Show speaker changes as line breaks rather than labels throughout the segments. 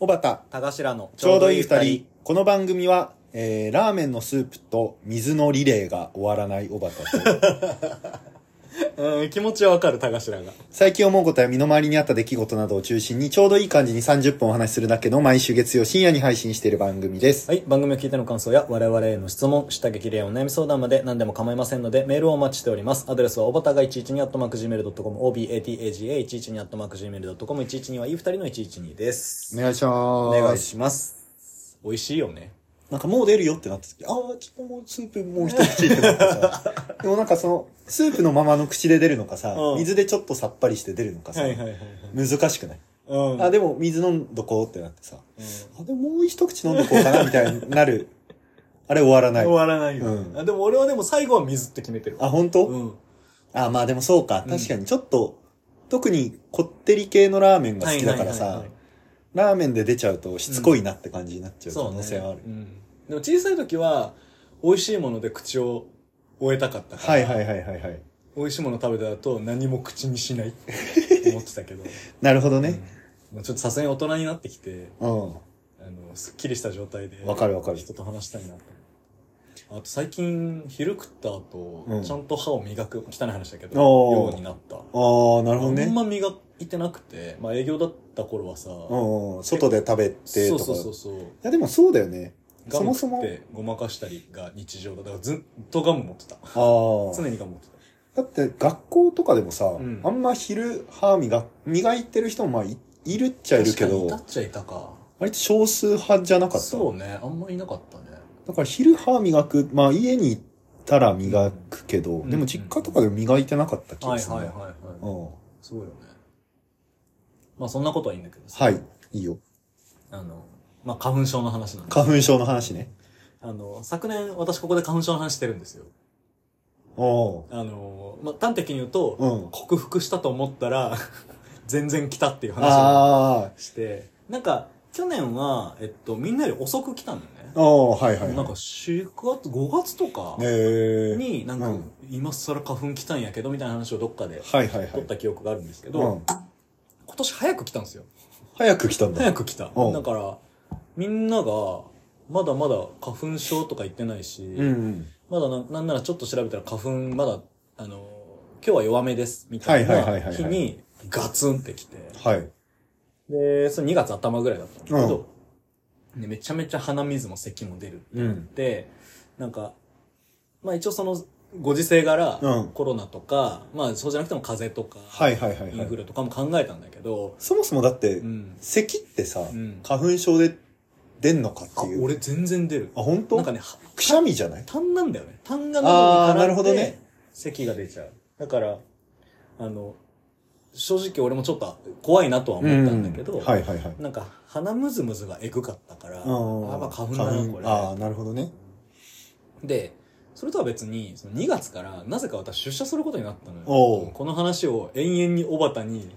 小畑
田頭の
ちょうどいい二人この番組は、えーラーメンのスープと水のリレーが終わらない小畑 と
うん気持ちはわかる田頭が
最近思うことや身の回りにあった出来事などを中心にちょうどいい感じに30分お話しするだけの毎週月曜深夜に配信している番組です、
はい番組を聞いての感想や我々への質問下激励お悩み相談まで何でも構いませんのでメールをお待ちしておりますアドレスはおばたが112 at mark gmail.com obataga112 at mark gmail.com 112はいい二人の112です
お願いしま
お
す
願いします美味しいよね
なんかもう出るよってなった時、ああ、ちょっともうスープもう一口ってなったさ。でもなんかその、スープのままの口で出るのかさ、
うん
水でちょっとさっぱりして出るのかさ、
いはい
難しくない、
うん
あ、でも水飲んどこうってなってさ、
うん
あ、でももう一口飲んどこうかなみたいになる。 あれ終わらない
終。わらないよ、
うん
あでも俺はでも最後は水って決めてる
あ、本当、
うん
あ、まあでもそうか。確かにちょっと、特にこってり系のラーメンが好きだから
はいはい
さ
はいは、
ラーメンで出ちゃうとしつこいなって感じになっち
い
ゃう
そ
可
う
能
ね
性はある。
うん、でも小さい時は美味しいもので口を終えたかったから
はいはいはいはいはい。
美味しいもの食べた後何も口にしないって思ってたけど
なるほ どね。
うんまあちょっとさすがに大人になってきて
うん
あのすっきりした状態で
わかるわかる
人と話したいなとあと最近昼食った後、
うん
ちゃんと歯を磨く汚い話だけど
おー
ようになった
ああ、なるほど
あん
ね。
ま磨いてなくて、まあ、営業だった頃はさ、
うん、外で食べてと
そう
か。
そうそう
い
そう
や、でもそうだよね。
ガ
そ
ム
もそ
食っ
も。
てごまかしたりが日常だだからずっとガム持ってた
ああ。
常にガム持って
だ
た
って学校とかでもさ、
ん
あんま昼歯磨磨いてる人もまあいいるっちゃいるけ
確かにい
ど
た、っちゃいたか
割と少数派じゃなかった。
そうねあんまいなかったね
だから昼歯磨く、まあ家に行ったら磨くけど、
ん
でも実家とかでも磨いてなかった気がするな。
はい
うん。
そうよねまあそんなことはいいんだけどさ
はい。いいよ。
あのまあ花粉症の話なんで
花粉症の話ね。
あの昨年私ここで花粉症の話してるんですよ
おう
あの、まあ、端的に言うと、
うん
克服したと思ったら 全然来たっていう話を
ああ。
してなんか去年は、えっと、みんなより遅く来たんだよね
おうはいはいはい。
なんか4月5月とか
ねえ
になんか
うん
今更花粉来たんやけどみたいな話をどっかで
はいはいはい。
取った記憶があるんですけど、
うん、
今年早く来たんですよ
早く来たんだ。
早く来た
うん
だからみんながまだまだ花粉症とか言ってないし、
うん。
まだななんならちょっと調べたら花粉まだあの今日は弱めですみたい
はいはいはいはい
な
はい
日にガツンってきて
はい。
でそれ2月頭ぐらいだったんだけ
うん
ど、でめちゃめちゃ鼻水も咳も出る
うん。
で、なんか、まあ一応そのご時世柄、
うん
コロナとか、まあそうじゃなくても風邪とか、
はいはいはい
イ
は
ンフ
い。
ルとかも考えたんだけど、
そもそもだって
う、ん。
咳ってさ
ん、
花粉症で出んのかって
あ
いう。
俺全然出る。
あ、本当？
なんかね、は
くしゃみじゃない
痰なんだよね。痰が
あー
喉に
な
絡
るほ
ん
ど
で、
ね
咳が出ちゃう。だから、あの、正直俺もちょっと怖いなとは思ったんだけど、
うはいはいはい。
なんか鼻むずむずがエグかったから、
うん
あまあ花粉だな、これ。
ああ、なるほどね。
で、それとは別に、その2月から、なぜか私出社することになったのよ。
おう
この話を延々に小畑 に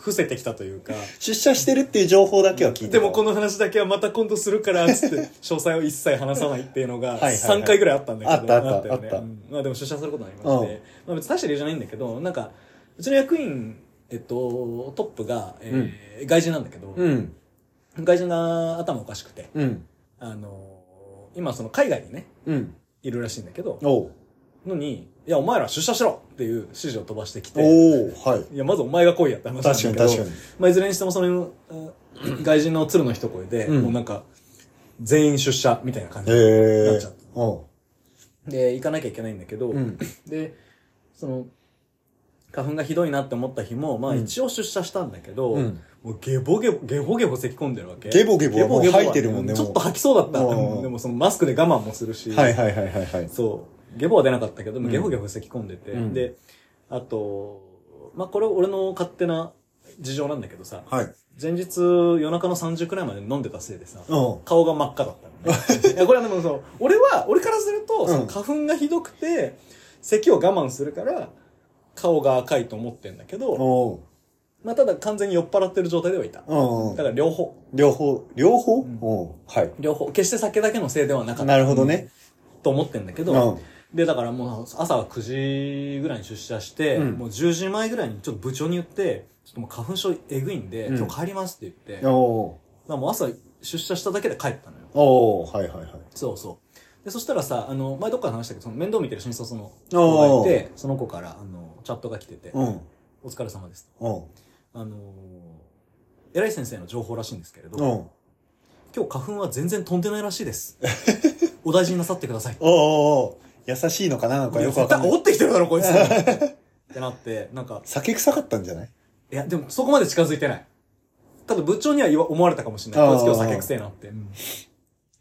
伏せてきたというか、
出社してるっていう情報だけは聞いて
でもこ
の、
の話だけはまた今度するから、つって、詳細を一切話さないっていうの
は
が、
いはいはい
3回ぐらいあったんだけど、
あったあった
よ
あ
ね
った
うんまあでも出社することになりまして、まあ別に大した理由じゃないんだけど、なんか、うちの役員、えっと、トップが、えー外人なんだけど、
うん。
外人が頭おかしくて、
うん。
あのー今その海外にね、
うん。
いるらしいんだけど、
おう
のに、いや、お前ら出社しろっていう指示を飛ばしてき
お
て、
うはい。
いや、まずお前が来いやって話なんだ
確
け
か
ど
に確かに。
まあ、いずれにしてもその、うん外人の鶴の一声で、
うん
もうなんか、全員出社みたいな感じで、
へ
な
え
っちゃっ。
おう
行かなきゃいけないんだけど、
うん。
で、その、花粉がひどいなって思った日も、まあ
うん
一応出社したんだけど、
うん
もうゲボゲボ、ゲボゲボ咳き込んでるわけ。
ゲボゲボはもう
ゲボゲボは
吐いてるもんね
ちょっと吐きそうだった。
もう
でもそのマスクで我慢もするし、
はいはいはいはいはい。
そう。ゲボは出なかったけど、
ん
ゲホゲホ咳き込んでて、
うん
で、あと、まあ、これ俺の勝手な事情なんだけどさ、
はい。
前日夜中の3時くらいまで飲んでたせいでさ、
おう
顔が真っ赤だったの ね。いや、これはでもそう、俺は、俺からすると、
うん
その花粉がひどくて、咳を我慢するから、顔が赤いと思ってんだけど、
おう
まあ、ただ完全に酔っ払ってる状態ではいた。だ
うん。
から両方、
両方、両方
ん
おうはい。
両方、決して酒だけのせいではなかった。
なるほどね。
と思ってんだけ
う
ど、
ん。
で、だからもう朝は9時ぐらいに出社して、
うん
もう10時前ぐらいにちょっと部長に言って、ちょっともう花粉症えぐいんで、
うん
今日帰りますって言って、
おう
まからもう朝出社しただけで帰ったのよ
おおはいはいはい。
そうそうでそしたらさあの前どっかで話したけどその面倒見てる新卒の
お
子
お
がいてその子からあのチャットが来てて
うん。
「お疲れ様です
うん。」
あのー偉い先生の情報らしいんですけれど
うん。お
今日花粉は全然飛んでないらしいです お大事になさってください
ーおー優しいのかななんかよくわかんない。
折ってきてるだろこいつってなってなんか
酒臭かったんじゃない
いやでもそこまで近づいてないただ部長には言わ思われたかもしれないこいつ今日酒くせえなって、うん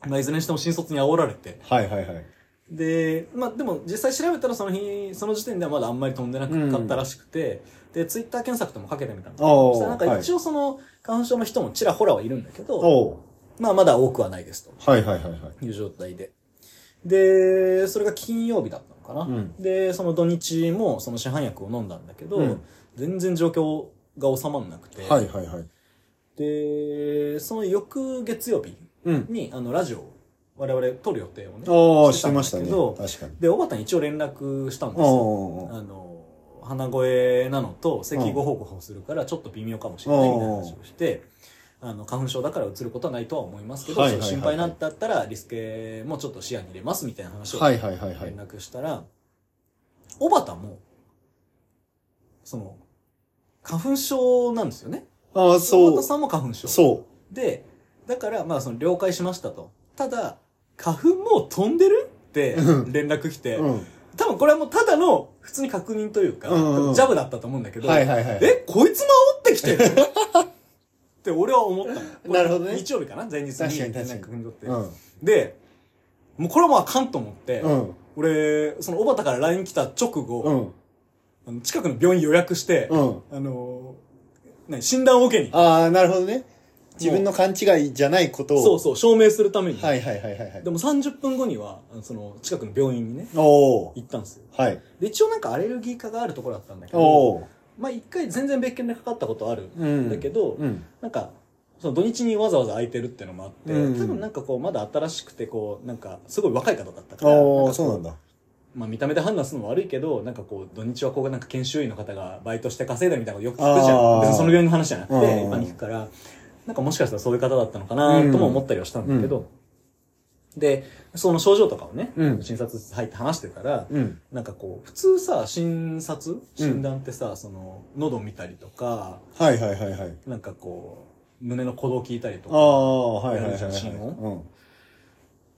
まあ、いずれにしても新卒に煽られて
はいはいはい。
で、まあでも実際調べたらその日、その時点ではまだあんまり飛んでなかったらしくて、で、ツイッター検索ともかけてみたんだけ
お
ど、
ー
そしたらなんか一応その、花粉症の人もちらほらはいるんだけど、
おお
まあまだ多くはないですと
はいはいはいはい。
いう状態で。で、それが金曜日だったのかな。
うん
で、その土日もその市販薬を飲んだんだけど、
うん
全然状況が収まんなくて、
はいはいはい。
で、その翌月曜日
うん。
に、あの、ラジオを我々撮る予定をね、
おお
し
して
た
て
んだ
ま
け
したね。
ど
確かに。
で、小畑に一応連絡したんで
お
す
ー
よ。
おー
あの鼻声なのと咳ご報告するからちょっと微妙かもしれないみたいな話をしてあの花粉症だからうつることはないとは思いますけど、
はいはいはいはい
ちょっと心配なんだったらリスケもちょっと視野に入れますみたいな話を
はいはいはいはい
連。絡したら小畑もその花粉症なんですよね
ああ、
小
そ
畑
う。
さんも花粉症
そ
でだからまあその了解しましたとただ花粉もう飛んでるって連絡来て、
う。うん。
多分これはもうただの普通に確認というか、
うんうん
ジャブだったと思うんだけど、
はいはいはい。
え、こいつも煽ってきてるって俺は思ったの。
なるほどね
日曜日かな前日に
確かに確かに
確認取って、
うん。
で、もうこれはもうあかんと思って、
うん。
俺、その小畑から LINE 来た直後、
うん。
あの近くの病院予約して、
うん。
あのー何診断を受けに、
ああ、なるほどね。自分の勘違いじゃないことを。
そうそう、証明するために。
はいはいはいはいはい
で。も30分後には、あのその近くの病院にね、
おお
行ったんですよ。
はい。
で、一応なんかアレルギー科があるところだったんだけど、
おお
まあ一回全然別件でかかったことある
うんん
だけど、
うん。
なんかその土日にわざわざ空いてるっていうのもあって、
うん
多分なんかこうまだ新しくてこうなんかすごい若い方だったから
お
かこ
おそうなんだ。
まあ、見た目で判断するのも悪いけどなんかこう土日はこうなんか研修医の方がバイトして稼いだみたいなことよく聞くじゃ
あー
ん別にその病院の話じゃなくて
うん
今に行くからなんかもしかしたらそういう方だったのかなとも思ったりはしたんだけど、でその症状とかをね、
うん
診察室入って話してたら、
うん。
なんかこう、普通さ、診察診断ってさ、その、喉見たりとか、
はいはいはいはい。
なんかこう、胸の鼓動聞いたりと
あ
か、
あ、はいはいはい、
やる
は
じゃ
い。
ん心
うん。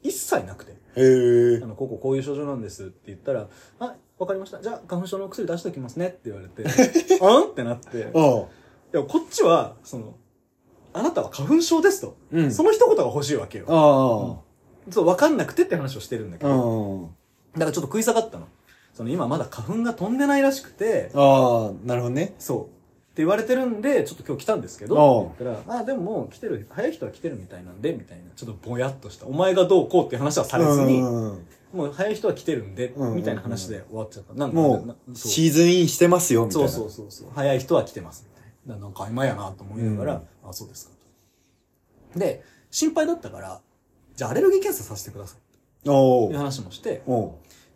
一切なくて、
へえ
あ。の、こここういう症状なんですって言ったら、あ、わかりました。じゃあ、花粉症のお薬出しておきますねって言われ て、あんってなって、いや、
あ
こっちは、その、あなたは花粉症ですと。
うん
その一言が欲しいわけよ。
あ。
そう、わかんなくてって話をしてるんだけ
う
ど、
ん。
だからちょっと食い下がったの。その、今まだ花粉が飛んでないらしくて、
ああ、なるほどね。
そう。って言われてるんで、ちょっと今日来たんですけ
お
ど
う、
って言ったら、あ、でももう来てる、早い人は来てるみたいなんで、みたいな。ちょっとぼやっとした。お前がどうこうっていう話はされずに、
うん
もう早い人は来てるんで、
うんうんうん
みたいな話で終わっちゃった。なんかなな
もう、
そう
シーズンインしてますよ、みたい
そう
な。
そううそうそう。早い人は来てますみたいな。だからなんか今やなと思いながら、あ、そうですかと。で、心配だったから、じゃあアレルギー検査させてください。
そう。
と
お
いう
ー
話もして、
おう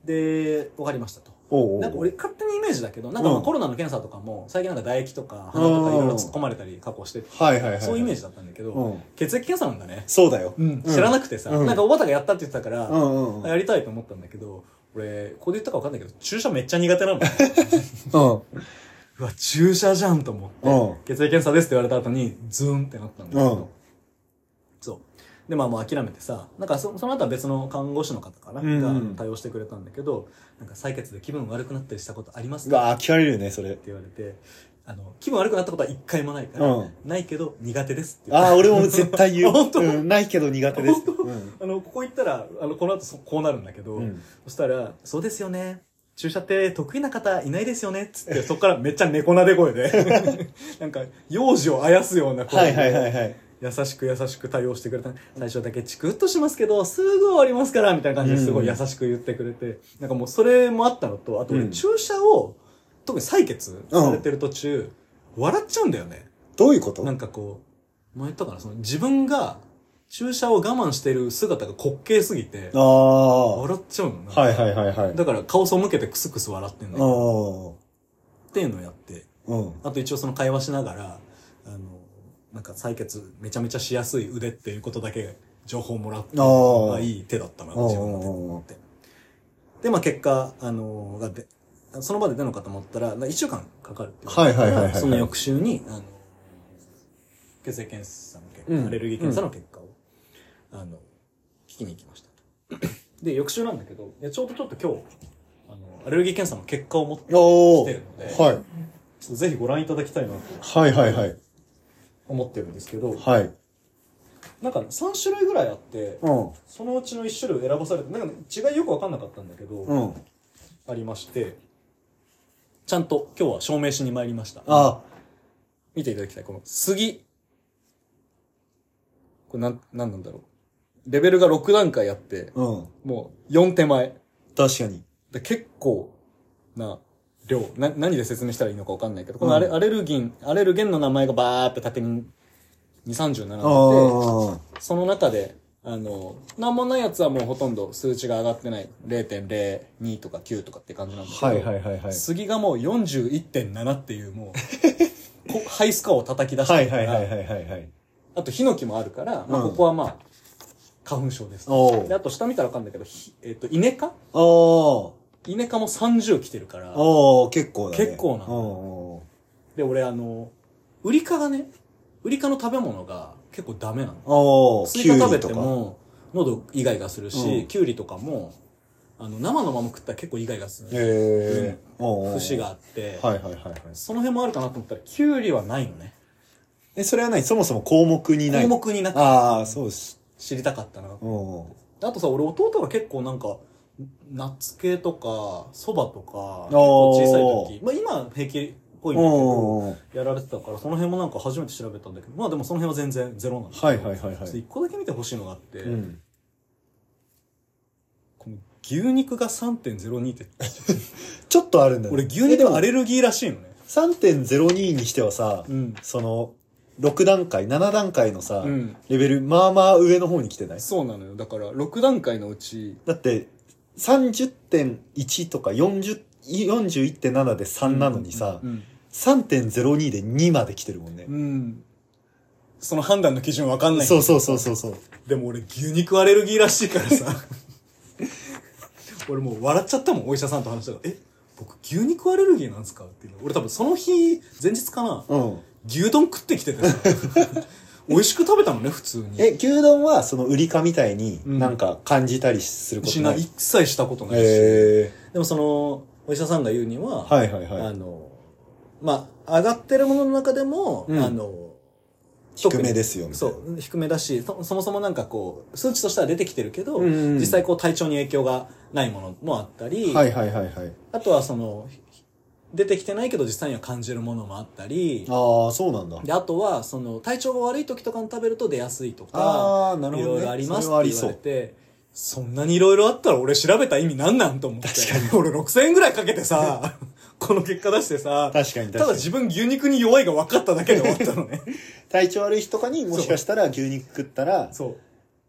で、わかりましたと。
おうおう
なんか俺勝手なイメージだけど、なんかまあ
うん
コロナの検査とかも、最近なんか唾液とか鼻とかいろいろ突っ込まれたり加工してて
はいはいはい。
そういうイメー
ジ。
ジだったんだけど、
うん
血液検査なんだね。
そうだよ。
知らなくてさ、
うん
なんかおばたがやったって言ってたから、
うんうんうん。
やりたいと思ったんだけど、俺、ここで言ったかわかんないけど、注射めっちゃ苦手なの。
うん。
うわ、注射じゃんと思って、
うん
血液検査ですって言われた後に、ズーンってなったんだけど、
うん
そう。で、まあもう諦めてさ、なんかそその後は別の看護師の方かな、
うんうん
が対応してくれたんだけど、なんか採血で気分悪くなったりしたことあります
う
か
わ、飽きられるよね、それ
っ。て言われて、あの、気分悪くなったことは一回もないから、
うん
ないけど苦手ですって言って
ああ、俺も絶対言う。
本当
うんないけど苦手です。
本当
うん
あの、ここ行ったら、あの、この後そこうなるんだけど、
うん
そしたら、そうですよね。注射って得意な方いないですよねっつって、そこからめっちゃ猫なで声で、 なんか、幼児をあやすような
は
声
いはいは
で、
いはい。
優しく優しく対応してくれた。最初だけチクッとしますけど、すぐ終わりますから、みたいな感じですごい優しく言ってくれて、なんかもうそれもあったのと、あと
う
俺
ん
注射を、特に採血されてる途中、笑っちゃうんだよね。
どういうこと
なんかこう、前言ったかな、その自分が注射を我慢してる姿が滑稽すぎて、
ああ。は
笑っちゃうのな。
いはいはいはい。
だから顔背けてクスクス笑ってんだ
あ
よ
あ。
っていうのをやって、
うん。
あと一応その会話しながら、あの、なんか採血めちゃめちゃしやすい腕っていうことだけ情報もらって、
あー
あいい手だったな、自分で思って。で、まあ結果、あのーがで、その場で出るのかと思ったら、1週間かかるっていう
はいはいはいはい
その翌週に、あの、血液検査の結果、
うん
アレルギー検査の結果を、あの、聞きに行きました。 で、翌週なんだけど、いやちょうどちょっと今日、あの、アレルギー検査の結果を持って、ちょ
お
来て
ー
るので
はい。
っとぜひご覧いただきたいなと
はいはいはい。
思ってるんですけど、
はい。
なんか3種類ぐらいあって、
うん。
そのうちの1種類選ばされて、なんか違いよくわかんなかったんだけど、
うん。
ありまして、ちゃんと今日は証明しに参りました。
あ、
見ていただきたい。この杉。これなん、なんなんだろう。レベルが6段階あって、
うん。
もう4手前。
確かに。
で結構な量。な、何で説明したらいいのかわかんないけど、このアレ,、
うん
アレルギン、アレルゲンの名前がバーって縦に2、30並ん
あ
でて、
ー
その中で、あの、なんもないやつはもうほとんど数値が上がってない。0.02とか9とかって感じなんですけど、
はいはいはいはい。
杉がもう41.7っていうも うこハイスコアを叩き出して
は
る
い
か
はい
ら、
はいはいはいはい。
あとヒノキもあるから、まあ、
うん
ここはまあ花粉症です
お
で
ー
あと下見たら分かるんだけど、ひえっとイネ科
おー
イネ科も30来てるから
おー結構だね。
結構な
お
で俺あのウリ科がねウリ科の食べ物が結構ダメなの
ーおー
スイカ食べて
キュウリとか
も喉イガイガするし、
うん
キュウリとかもあの生のまま食ったら結構イガイガする
へえ。おーおー
節があって、
はいはいはいはい。
その辺もあるかなと思ったらキュウリはないのね
え、それは何そもそも項目にない。
項目になって
ああ、そうです。
知りたかったな
うんうん。
あとさ俺弟が結構なんかナッツ系とかそばとか結構
おー
小さい時まあ今は平気っぽいんだけど
おー
やられてたからその辺もなんか初めて調べたんだけどまあでもその辺は全然ゼロなんだけど
はいはいはいは
ちょっと
い。
一個だけ見てほしいのがあって、
うん。
この牛肉が3.02って
ちょっとあるんだよね
俺牛肉ア
えでも
レルギーらしいのね
3.02にしてはさ、
うん
その、6段階、7段階のさ、
うん
レベル、まあまあ上の方に来てない
そうなのよだから6段階のうち
だって、30.1とか40、41.7で3なのにさ、
うん
3.02で2まで来てるもんね
う。んその判断の基準わかんないんだけど
そうそうそうそうそう。
でも俺牛肉アレルギーらしいからさ俺もう笑っちゃったもんお医者さんと話したら「え僕牛肉アレルギーなんですか?」っていうの俺多分その日前日かな
うん。
牛丼食ってきて てさ美味しく食べたのね普通に
え、牛丼はその売りかみたいに
うん
なんか感じたりすること
し
な、
ない一切したことないし、
へ
でもそのお医者さんが言うには、
ーはいはい
あ
はい。
のまあ上がってるものの中でも、
うん
あの
低めですよ、みたい
そ
な。
う低めだしそそもそもなんかこう数値としては出てきてるけど、
うんうん
実際こう体調に影響がないものもあったり、
はいはいはいはい。
あとはそのひ出てきてないけど実際には感じるものもあったり
ああ、そうなんだ。
であとはその体調が悪い時とかに食べると出やすいとか
ああ、ないるほど、ね。
ろいろありますって
それ
言
は
わ
あ
れ
りそう。
てそんなにいろいろあったら俺調べた意味なんなんと思って俺6000円ぐらいかけてさこの結果出してさ
確かに
ただ
確かに。
自分牛肉に弱いが分かっただけで終わったの ね
体調悪い日とかにもしかしたら牛肉食ったら、
そう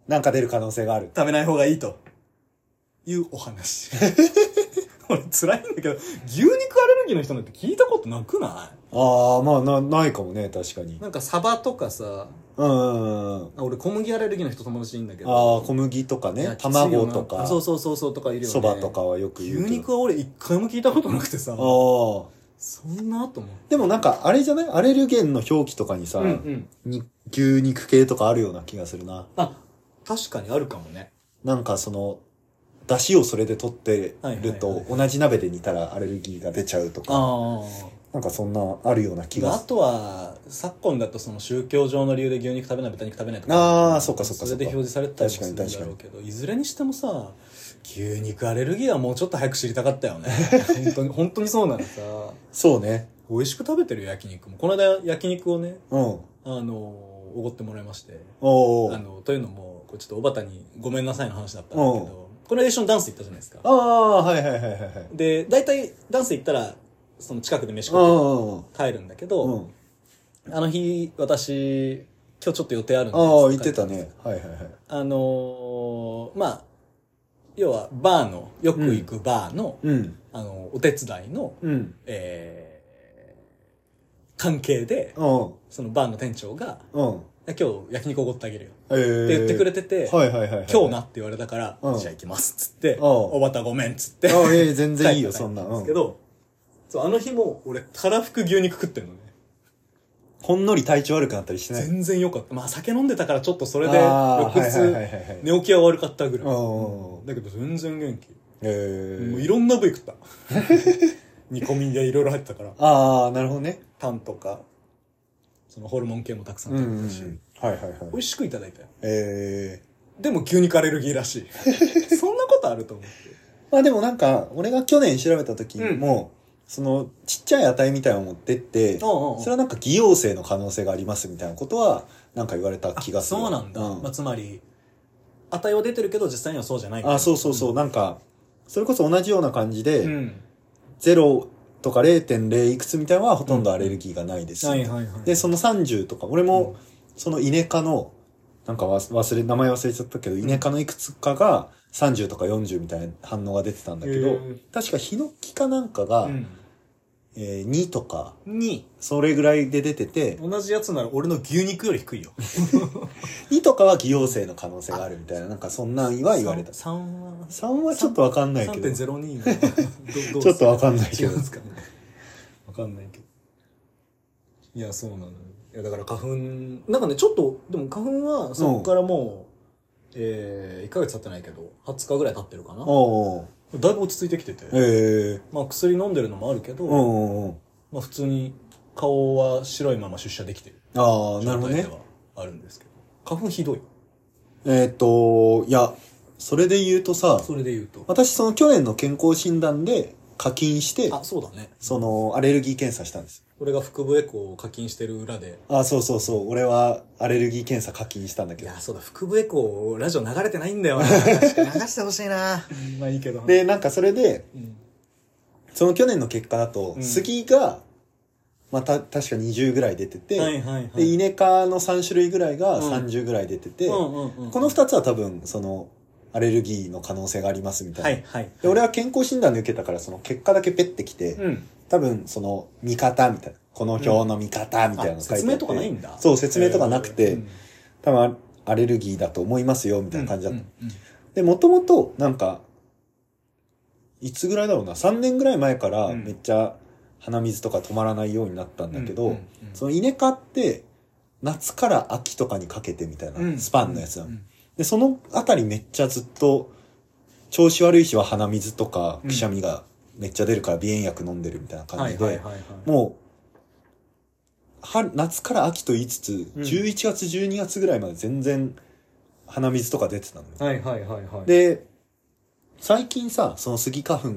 なんか出る可能性がある。
食べない方がいいというお話 俺辛いんだけど牛肉アレルギーの人なんて聞いたことなくな
ああ、まあな、ないかもね、確か
い
に。
なんかサバとかさ
うんうんうん。
あ俺小麦アレルギーの人友達いいんだけど
ああ、小麦とか
い
ね
や、きついよな
卵とか、
そうそうそうそうとかいるよね
そばとかはよく
牛
言うけど。
肉は俺一回も聞いたことなくてさ
ああ。
そんなと思う
でもなんか、あれじゃないアレルゲンの表記とかにさ、
うんうん
に牛肉系とかあるような気がするな。
あ確かにあるかもね
なんかその、出汁をそれで取ってる
はいはい
と
は、
同じ鍋で煮たらアレルギーが出ちゃうとか、
ああ
なんかそんなあるような気が
あ
す
とは昨今だとその宗教上の理由で牛肉食べない豚肉食べないと
あーそっかそっかそっか
れで表示されてたりもするんだろうけどいずれにしてもさ牛肉アレルギーはもうちょっと早く知りたかったよ ね本当に本当にそうなのさ
そうね。
美味しく食べてるよ焼肉もこの間焼肉をね
うん。
あのおごってもらいまして
おーお
あ
ー。
のというのもこれちょっとおばたにごめんなさいの話だったんだけどこの間一緒にダンス行ったじゃないですか
ああー、はいはいはいはいはい。
で大体ダンス行ったらその近くで飯
う
食って
んうん
帰るんだけ
う
ど、
ん。うん。
あの日、私、今日ちょっと予定あるんです
ああ、言ってたね。はいはいはい。
あのーまあ、要は、バーの、よく行くバーの、
うん。
あの、お手伝いの、
うん。
え関係で、
うん。
そのバーの店長が、
うん。
今日焼肉おごってあげるよ。
えー
って言ってくれてて
はいはいはいはい。
今日なって言われたから、
うん
じゃあ行きますっつって、
ん
おばたごめんっつって。
あ、ええ、全然いいよ、
帰った
そんな。
んで
う
すけ
ん。
ど、そうあの日も俺、たらふく牛肉食ってんのね。
ほんのり体調悪くなったりしない。
全然良かった。まあ酒飲んでたからちょっとそれで、
あ
翌
ーはい はいはいはいはい
日、寝起きは悪かったぐらい。
うん。
だけど全然元気。
え
もうい
え。
ろんな部位食った。 煮込みでいろいろ入ってたから。
ああ、なるほどね。
タンとか、そのホルモン系もたくさん
うん
食
う
べ
ん
たし、
はいはいはい
美。味しくいただいたよ。
ええ。
でも牛肉アレルギーらし い。そんなことあると思って。
まあでもなんか、俺が去年調べた時
うん
も、その、ちっちゃい値みたいなのを持ってって、
おうおうおう
それはなんか偽陽性の可能性がありますみたいなことは、なんか言われた気がする。
そうなんだ、まあ、つまり値は出てるけど実際にはそうじゃない
あ、そうそうそう、なんか、それこそ同じような感じで、
うん
0とか0.0いくつみたいなのはほとんどアレルギーがないです。
はいはいはい
で、その30とか、俺
うん
も、そのイネ科の、なんかわす忘れ、名前忘れちゃったけど、イネ科のいくつかが30とか40みたいな反応が出てたんだけ
へ
ど
ー、
確かヒノキかなんかが、
うん
えー2とか、
に
それぐらいで出てて、
同じやつなら俺の牛肉より低いよ
2とかは偽陽性の可能性があるみたいな、なんかそんなんは言われた。
3は
3はちょっとわかんないけど、ち
3.02のどどう
ょっとわかんない
違
け
うん
ど
で。すかね わかんないけどいやそうなのよいやだから花粉なんかねちょっとでも花粉はそこからもう、えー、1ヶ月経ってないけど20日ぐらい経ってるかな
おうおう
だいぶ落ち着いてきてて、
ええ
まあ薬飲んでるのもあるけど、
ー、うんうんうん。
まあ、普通に顔は白いまま出社できてる
ああ、なるほ
状
ど
態で
ね。
はあるんですけど花粉ひどい
えーっ、と、いや、それで言うとさ、
それで言うと
私その去年の健康診断で課金して、
あそうだね
そのアレルギー検査したんです。
俺が腹部エコーを課金してる裏で
あ、そうそうそう。俺はアレルギー検査課金したんだ
い
けど
や。そうだ腹部エコーラジオ流れてないんだよな確かに流してほしいなまあいいけど
で、なんかそれで、
うん
その去年の結果だと、
うん
杉が、まあ、た、確か20ぐらい出てて、
はいはいはい
で、イネ科の3種類ぐらいが
うん
30ぐらい出てて、
うんうんうん、
この2つは多分、その、アレルギーの可能性がありますみたいな。
はいはい
で、俺は健康診断で受けたから、その結果だけペッてきて、
うん
多分その見方みたいなこの表の見方みたいなの
あ
書いてあって
説明とかないんだ
そう説明とかなくて、
えーうん
多分アレルギーだと思いますよみたいな感じだった、
うん
でもともとなんかいつぐらいだろうな3年ぐらい前から
うん
めっちゃ鼻水とか止まらないようになったん
う
だ
ん
けど、
うんうん
そのイネ科って夏から秋とかにかけてみたい
うん
なスパンのやつなの、
うん
でそのあたりめっちゃずっと調子悪い日は鼻水とか
うん
くしゃみがめっちゃ出るから鼻炎薬飲んでるみたいな感
はい
じで、
はいはいはい
もう、は、夏から秋と言いつつ、
うん
11月、12月ぐらいまで全然、鼻水とか出てたのよ。
はいはいはいはい
で、最近さ、その杉花粉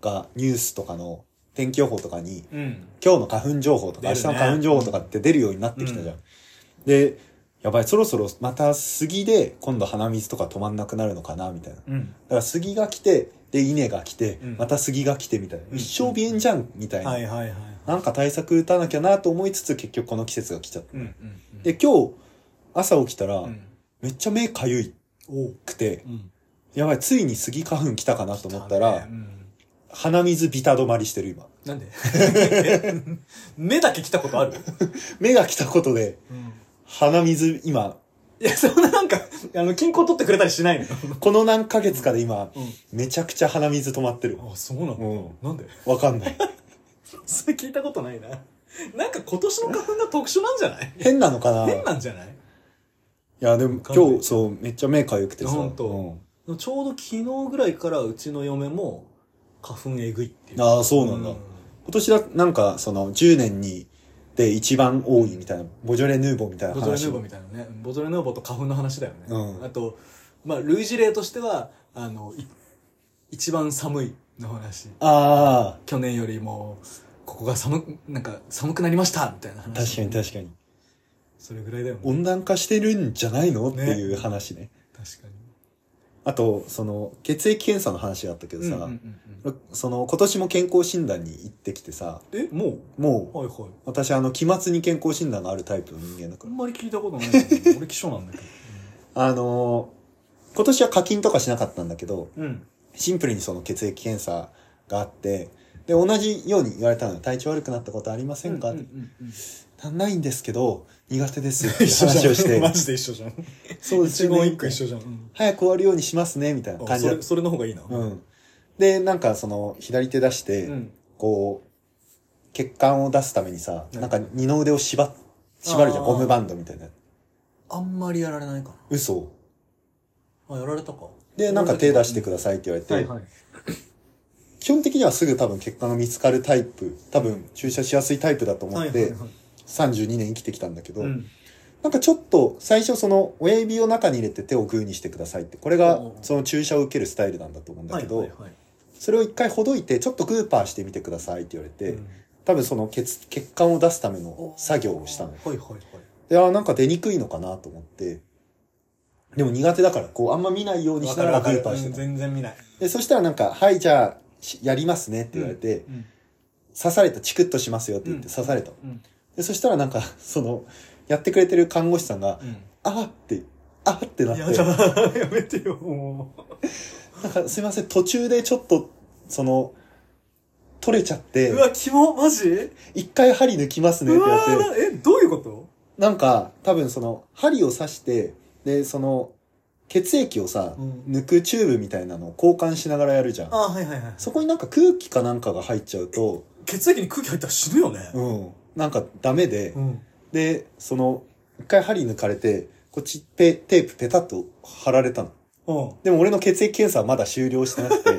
がニュースとかの天気予報とかに、
うん
今日の花粉情報とか、
出る
明日の
ね
花粉情報とかって出るようになってきたじゃん。で、やばい、そろそろまた杉で今度鼻水とか止まんなくなるのかな、みたいな。だ
うん
から杉が来て、で、稲が来て
うん、
また杉が来て、みたいな。
うん
一生鼻炎じゃん、みたいな
は。いはいはいはい
なんか対策打たなきゃなと思いつつ結局この季節が来ちゃった。
うんうんうん
で、今日朝起きたら、
うん
めっちゃ目かゆい
おう
くて、
うん
やばい、ついに杉花粉来たかなと思ったら、
来ねうん
鼻水ビタ止まりしてる今。
なんで 目だけ来たことある、
目が来たことで、鼻水今、
いや、そんななんか、あの、均衡取ってくれたりしないの
この何ヶ月かで今、
う
めちゃくちゃ鼻水止まってる。
ん。あ、そうなの、
うん。
なんで
わかんない。
それ聞いたことないな。なんか今年の花粉が特殊なんじゃない
変なのかない
変なんじゃない
や、でも
わかんない
今日、そう、めっちゃ目かゆくてさ。
ほんと
うん
ちょうど昨日ぐらいからうちの嫁も花粉えぐいっていう。
ああ、そうなんだ。今年だ、なんか、その、10年に、で一番多いみたいな、ボジョレ・ヌーボーみたいな
ボ
話。
ジョレ・ヌーボーみたいなね。ボジョレ・ヌーボーと花粉の話だよね。
うん
あと、まあ、類似例としては、あの、い一番寒いの話。
あ
去年よりもここが寒くなんか寒くなりましたみたいな
あ、
話
確かに確かに。
それぐらいだよね
温暖化してるんじゃないのっていう話ね。
確かに
あと、その、血液検査の話があったけどさ、
うんうんうん
その、今年も健康診断に行ってきてさ、
えもう
もう、
はいはい
私あの、期末に健康診断があるタイプの人間だ
あ
か
んまり聞いたことないけど俺気象なんだけど
ら。あのー今 年は課金とかしなかったんだけど、
うん
シンプルにその血液検査があって、で同じように言われたのよ体調悪くなったことありませんか、
うんうんうん
なないんですけど苦手ですって
一緒
話をし
じゃん
て
マジで一緒じゃん
そうです
一
よね
言一句一緒じゃんうん
早く終わるようにしますねみたいな
あ
感じ
そ
だ
れそれの方がいいなう
うん、でなんかその左手出して、
ん
こう血管を出すためにさ、
うん
なんか二の腕を縛っ縛るじゃん
あー
ゴムバンドみたいな
あんまりやられないか
嘘
なあやられたか
でなんか手出してくださいって言われて、
はいはい
基本的にはすぐ多分血管が見つかるタイプ多分注射しやすいタイプだと思
は
っ
い
て、
はいはい
32年生きてきたんだけど、
うん
なんかちょっと最初その親指を中に入れて手をグーにしてくださいってこれが
おう
その注射を受けるスタイルなんだと思うんだけど、
はいはいはい
それを一回ほどいてちょっとグーパーしてみてくださいって言われて、
うん
多分その血血管を出すための作業をしたのよ
はいはいはい
であーなんか出にくいのかなと思ってでも苦手だからこうあんま見ないようにしながらグーパーして
うん
た
全然見ない
でそしたらなんか「はいじゃあしやりますね」って言われて、
うん
刺されたチクッとしますよって言って刺されたの、
うん
でそしたらなんか そのやってくれてる看護師さんが
うん
「あーって「あーってなって
やだ やめてよもう
なんかすいません、途中でちょっと、その、取れちゃって
う、わキモマジ
一回針抜きますねっ
う
て
わ
やって、
ーえどういうこと
なんか、多分その、針を刺して、で、その、血液をさ、
うん
抜くチューブみたいなのを交換しながらやるじゃん。
あはいはいはい
そこになんか空気かなんかが入っちゃうと、
血液に空気入ったら死ぬよね
うん、なんかダメで、
うん
で、その、一回針抜かれて、こっちペ、テープペタッと貼られたの。
うん
でも俺の血液検査はまだ終了してなく て、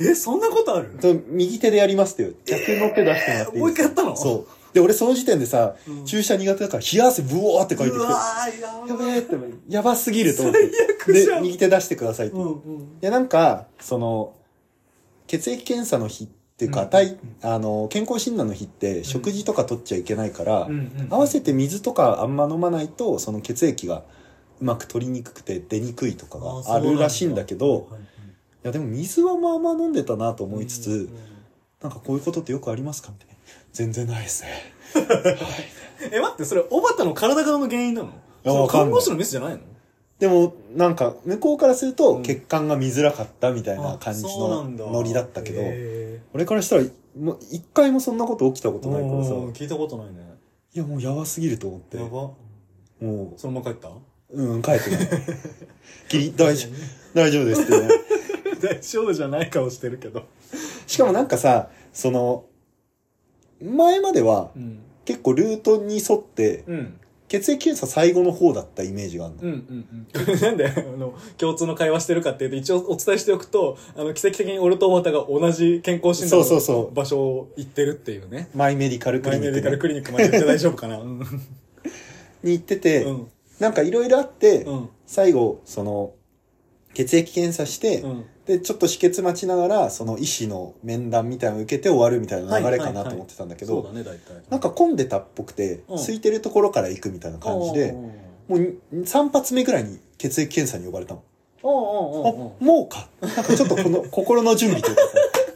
えそんなことある
と右手でやりますって言う逆の手出してもらっていいですか、
えーもう一回やったの
そうで俺その時点でさ、
うん
注射苦手だから冷や汗ブワーって書いてき
う
て
わーや
やべ
ばい
えってやばすぎると思って
最悪じゃ
で
ん
右手出してくださいって、
う
い
んうん
やなんかその血液検査の日っていうか、
うん
体あの健康診断の日って食事とか取っちゃいけないから、
うん
合わせて水とかあんま飲まないとその血液がうまく取りにくくて出にくいとかがあるらしいんだけどいやでも水はまあまあ飲んでたなと思いつつ、なんかこういうことってよくありますかみたいな。全然ないですね。
え待ってそれ小畑の体側の原因なの
や
それ
わかんない
看護師のミスじゃないの
でも、なんか、向こうからする
う
と
ん
血管が見づらかったみたいな
あ
感じ
そう
の
なん
ノリだったけど、
へ
俺からしたら、もう一回もそんなこと起きたこ
ー
とないからさ、
おー聞いたことないね
いやもうやばすぎると思って、
や
も
ば
う、
そのまま帰った
うん、帰ってない。 ギリ、大丈夫、大丈夫ですってね。
大丈夫じゃない顔してるけど
しかもなんかさ、その、前までは
うん
結構ルートに沿って、
うん
血液検査最後の方だったイメージがあるの。
うんうんうん、 なんであの共通の会話してるかっていうと一応お伝えしておくとあの奇跡的に俺と小畑が同じ健康診
そう
断
そうそ
の場所を行ってるっていうね
マイメディカルク
マ
リ
イ
ニ
メ
ッ
デ
ク
ィカル
ね
クリニックまで行って大丈夫かなうん
に行ってて、
うん
なんかいろいろあって、
うん
最後、その、血液検査して、
うん
で、ちょっと止血待ちながら、その医師の面談みたいなのを受けて終わるみたいな流れかなと思ってたんだけ
そうだ
ど、
ね大体
なんか混んでたっぽくて、
うん
空いてるところから行くみたいな感じで、もう3発目ぐらいに血液検査に呼ばれたの。
おう
あ
おうおうおうおうおう
もうか。なんかちょっとこ の心の準備というかさ、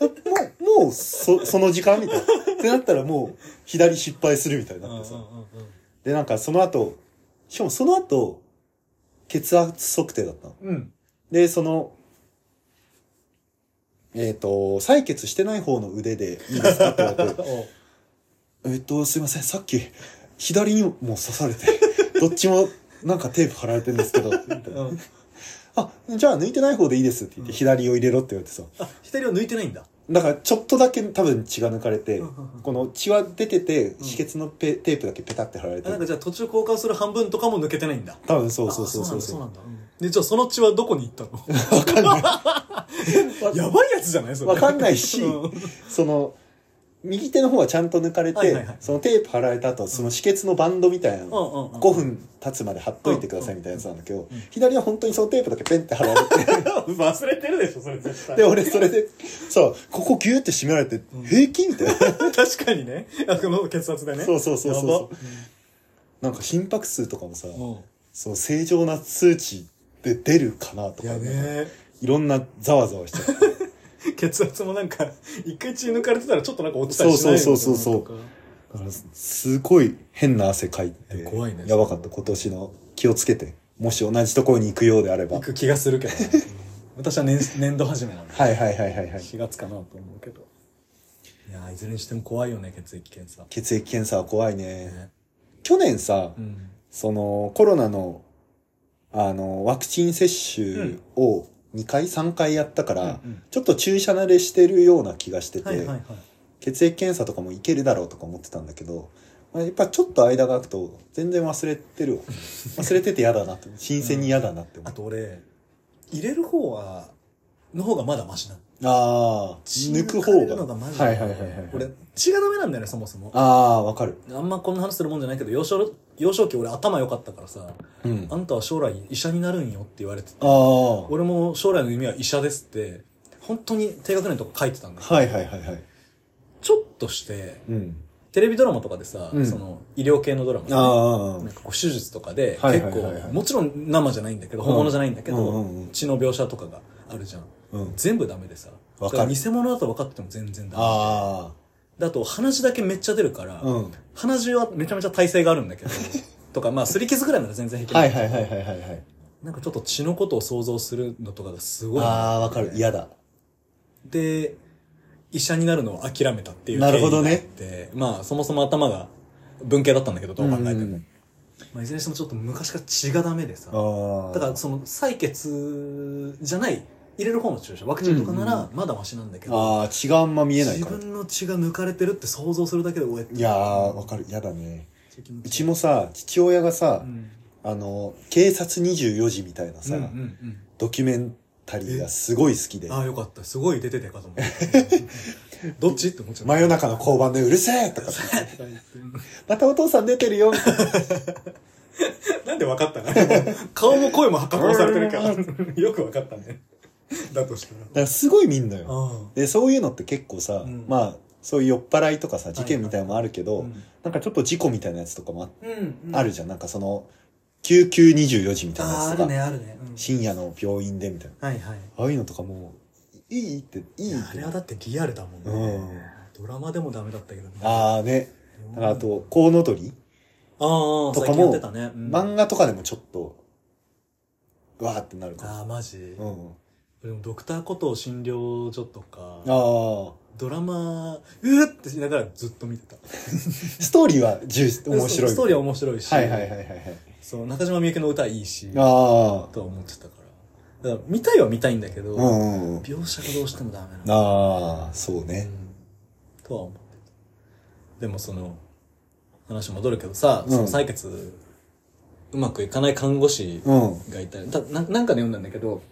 あもう、もうそ、その時間みたいな。ってなったらもう、左失敗するみたいになってさ。
うんうんうんうん
で、なんかその後、しかもその後、血圧測定だったの。
うん
で、その、えっ、と、採血してない方の腕でいいですかって言われて、 えっと、すいません、さっき、左にも刺されて、 どっちもなんかテープ貼られてるんですけど、みたいな
おううん
あ、じゃあ抜いてない方でいいですって言って、左を入れろって言われてさ、
あ左を抜いてないんだ
だからちょっとだけ多分血が抜かれて
うんうんうん、
この血は出てて、止血のペテープだけペタって貼られて
あなん、かじゃあ途中交換する半分とかも抜けてないんだ
多分そうそうそうそう
あ
そ
な
う。
んだそうなんだ、でじゃあその血はどこに行ったのわかんないやばいやつじゃないそれ
わかんないし
うん
その、右手の方はちゃんと抜かれて、
はいはいはい
そのテープ貼られた後、その止血のバンドみたいなの、
うんうんうん
5分経つまで貼っといてくださいみたいなやつなんだけど、
ん
左は本当にそのテープだけペンって貼られて、
忘れてるでしょそれ絶対
で、俺それで、そう、ここギューって締められて、平気みたいな。
確かにねあこの血圧でね
そうそうそうそう
やば
なんか心拍数とかもさ、
うん
そう、正常な数値で出るかなと
い
か、
やね
いろんなざわざわしちゃって。
血圧もなんか一回血抜かれてたらちょっとなんか落ちたりしない
そうそうそうそう
みたいななんか
だからすごい変な汗かいて、
怖いね
やばかった、今年の。気をつけて。もし同じところに行くようであれば
行。く気がするけど ね、私は年年度始めなんで
はいはいはいはいはい。
4月かなと思うけどいやーいずれにしても怖いよね血液検査、
血液検査は怖いね。
ね
去年さ、
うん、
そのコロナの、あの、ワクチン接種を2回、3回やったから、
うんうん
ちょっと注射慣れしてるような気がしてて、
はいはいはい
血液検査とかもいけるだろうとか思ってたんだけど、まあ、やっぱちょっと間が空くと全然忘れてるわ忘れてて嫌だなって新鮮に嫌だなって思
あ
う、
と俺入れる方はの方がまだマシなの
ああ
血
抜く
かれ
方
るの
が
がマジで
はいはいはいはい
俺血がダメなんだよねそもそもあ
ああわかる
んまこんな話するもんじゃないけど幼少幼少期俺頭良かったからさ
うん
あんたは将来医者になるんよって言われて
ああはい
俺も将来の夢は医者ですって本当に低学年とか書いてたんだけど、
はいはいはい
ちょっとして
うん
テレビドラマとかでさ、
うん
その医療系のドラマ
ああ
なんかこう手術とかで
はいは
結
いはいはい
構もちろん生じゃないんだけど、
うん
本物じゃないんだけど、
うんうんうん
血の描写とかがあるじゃん
うん
全部ダメでさ
わかる
だら偽物だと分かってても全然ダメ
あ
であと鼻血だけめっちゃ出るから、
あうん
鼻血はめちゃめちゃ耐性があるんだけ どとかまあすり傷ぐらいなら全然平気な
は
ん
い
だけど
はいはいはいはいはい
なんかちょっと血のことを想像するのとかがすごい
ああわかる嫌だ
で医者になるのを諦めたっていう
なるほどね
経緯があってまあそもそも頭が文系だったんだけどどう考えても、
うん
まあ、いずれにしてもちょっと昔から血がダメでさ
ああ
だからその採血じゃない入れる方の注射ワクチンとかな
うん
らまだマシなんだけど、
ああ血があんま見えない
自
から
分の血が抜かれてるって想像するだけで終え
いやーわかる嫌だねうち
も
もさ父親がさ、
うん
あの警察24時みたいな
うん
さ、
うんうん
ドキュメンタリーがすごい好きで
ああよかったすごい出ててか と思ってどっちって思っちゃった
真夜中の交番でうるせえとかまたお父さん出てるよみたいな
なんで分かったか顔も声も発覚されてるからよく分かったねだとしたら
だからすごい見んの
あ
よ
あ
でそういうのって結構さ、
うん
まあそういう酔っ払いとかさ
い
事件みたいのもあるけど、
うん
なんかちょっと事故みたいなやつとかも
うん
ああるじゃん、なんかその救急24時みたいなや
ああ
つ
あ
と
る
か、
ねあるね、うん
深夜の病院でみたいな
はいはい
ああいうのとかもういいっていいっ
あ
て
れはだってリアルだもんね、
うん
ドラマでもダメだったけどね
ああねだからあ
うん
とコウノトリ
ああ
とかも
最近やってたね、うん
漫画とかでもちょっとわーってなるか
ああマジ、
も、うん、
でもドクターコトー診療所とか
ああ
ドラマうーってしながらずっと見てた
ストーリーは重視面白い
ストーリーは面白いし、
はいはいはいはいはい
そう中島みゆきの歌いいし
あ
とは思ってたからだから見たいは見たいんだけど、
あうんうん
描写がどうしてもダメなの
ああそうね
うんとは思ってたでもその話戻るけどさ、
うん
その採血うまくいかない看護師
うん
がいたりたななんかで読んだんだけど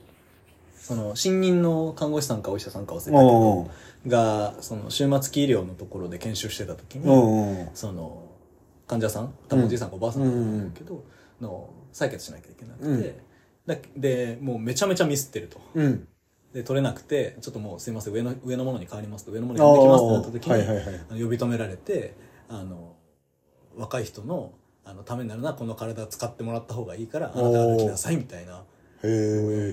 その新任の看護師さんかお医者さんか忘れたけ
うんうん
どがその終末期医療のところで研修してた時に、
うんうん
その患者さん多分おじいさんかおばあさんだと思うんだけど、の採血しなきゃいけなくて、
うん
だでもうめちゃめちゃミスってると
うん
で取れなくてちょっともうすいません上の上のものに変わりますと上のものに変わってきますってなった時に、
あーはいはいはい
あの呼び止められてあの若い人のあのためになるならこの体使ってもらった方がいいからあなたが歩きなさいみたいな
へ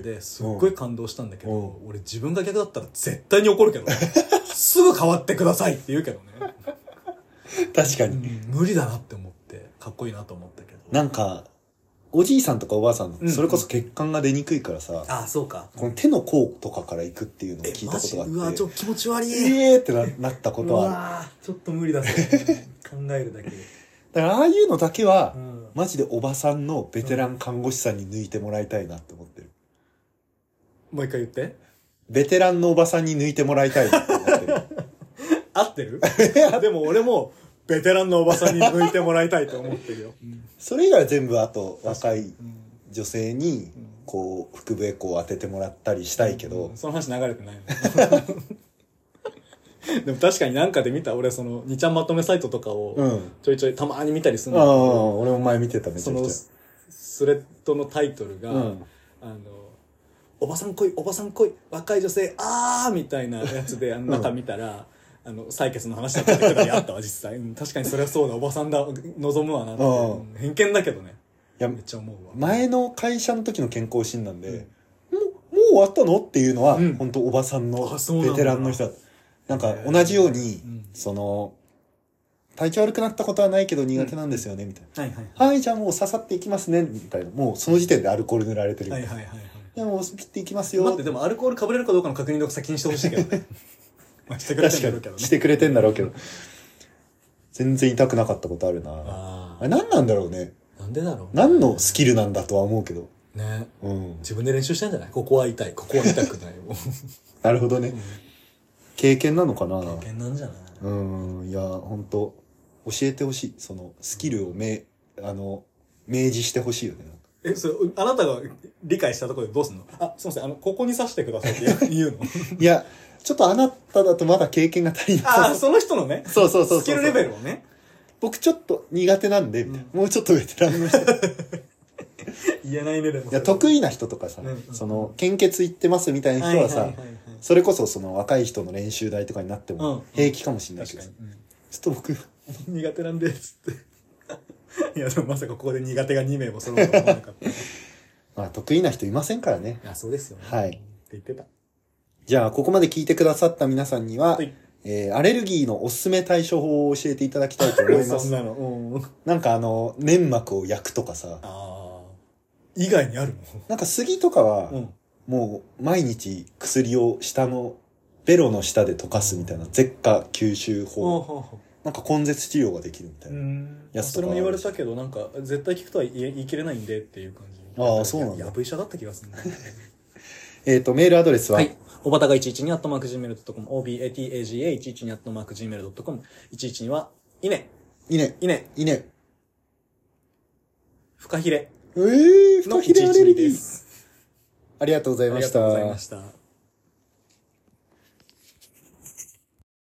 え
ですっごい感動したんだけど
う
俺自分が逆だったら絶対に怒る けどねすぐ変わってくださいって言うけどね
確か
う
に
ん無理だなって思ってかっこいいなと思ったけど
なんかおじいさんとかおばあさん
うん
それこそ血管が出にくいからさ
ああそうか
この手の甲とかから行くっていうのを
え
聞いた
マ
こ
ジ
とが
う
あ
わ
っ
ちょ
て
っと気持ち悪い
ええーってななったこと
う
はある
わーちょっと無理だそれ考えるだけで、
だからああいうのだけは
うん
マジでおばさんのベテラン看護師さんに抜いてもらいたいなって思ってる
もう一回言って
ベテランのおばさんに抜いてもらいたいなって思ってる
合って るでも俺もベテランのおばさんに抜いてもらいたいと思ってるよ、
それ以外は全部あと若い
うん
女性にこう腹部エコーを当ててもらったりしたいけど、
その話流れてないの でも確かになんかで見た俺その2ちゃんまとめサイトとか
うん、
を
あ
ちょいちょいたまに見たりする
あ
の、
俺も前見てためち
そ
ゃく
の
ち
ススレッドのタイトル
ゃ
が、
うん
あのおばさん来いおばさん来い若い女性あーみたいなやつであの中見たら、あの採血の話だったりあったわ実際うん確かにそれはそうだおばさんだ望むわなって、
うん
うん偏見だけどね
いや
めっちゃ思うわ
前の会社の時の健康診断で、もうもう終わったのっていうのは、
うん
本当おばさんの
あそうなんだ
ベテランの人だなんか同じように、
うん
その体調悪くなったことはないけど苦手なんですよね、みたいな
はいはい
はい、じゃあもう刺さっていきますね、みたいな。もうその時点でアルコール塗られてる。
はいはい
い
はいはい
や、もう切っていきますよ。
待ってでもアルコールかぶれるかどうかの確認とか先にしてほしいけどねまあしてくれて
確
ん
か
だろうけど
に
ね
してくれてんだろうけど全然痛くなかったことあるなあ
あ
れ何なんだろうね
あなんでだろう
何のスキルなんだとは思うけど
ね
うん
自分で練習したんじゃないここは痛いここは痛く ないも
なるほどね経験なのかな
う経験なんじゃない
うんいや本当教えてほしいそのスキルをめあの明示してほしいよね
えそれあなたが理解したところでどうすんのあすいませんあのここに刺してください って言うの
いやちょっとあなただとまだ経験が足りな
あ
さ
あその人のね
そうそうそうそう
スキルレベルをね
僕ちょっと苦手なんでみたいな、もうちょっとベテランの人
言えないレベル
いや得意な人とかさ、
うんうん
その献血行ってますみたいな人はさ、
はいはいはいはい
それこそその若い人の練習台とかになって
うん
も平気かもしれないけ
確
ど、
かに、
ちょっと僕
うん苦手なんですって いやでもまさかここで苦手が2名も揃うとは思わなかったい
まあ得意な人いませんからね
やそうですよね
はい
って言ってた
じゃあここまで聞いてくださった皆さんには、
はい
えーアレルギーのおすすめ対処法を教えていただきたいと思いま
そん
す
なのうん
なんかあの粘膜を焼くとかさ
ああ以外にある
なんか杉とかは、
のうん
もう毎日薬を下のベロの下で溶かすみたいな舌下吸収
ほう
法
ほうほう
なんか根絶治療ができるみたいな、
うん
やつと
そ
か
れも言われたけどなんか絶対聞くとは言い言い切れないんでっていう感じ
ああそうなんだ
ややぶ医者だった気 がするな
えっ、とメールアドレスは、
はい。おばたが112アットマーク Gmail.com、obataga112 アットマーク Gmail.com、112は、いね、
いね
いね、
いね
フカヒレ
ええー、フ
の
カヒレアレルギ
112で
ー
す。
ありがとうござ
あ
い
り
ま
が
し
とうござい
た
ました。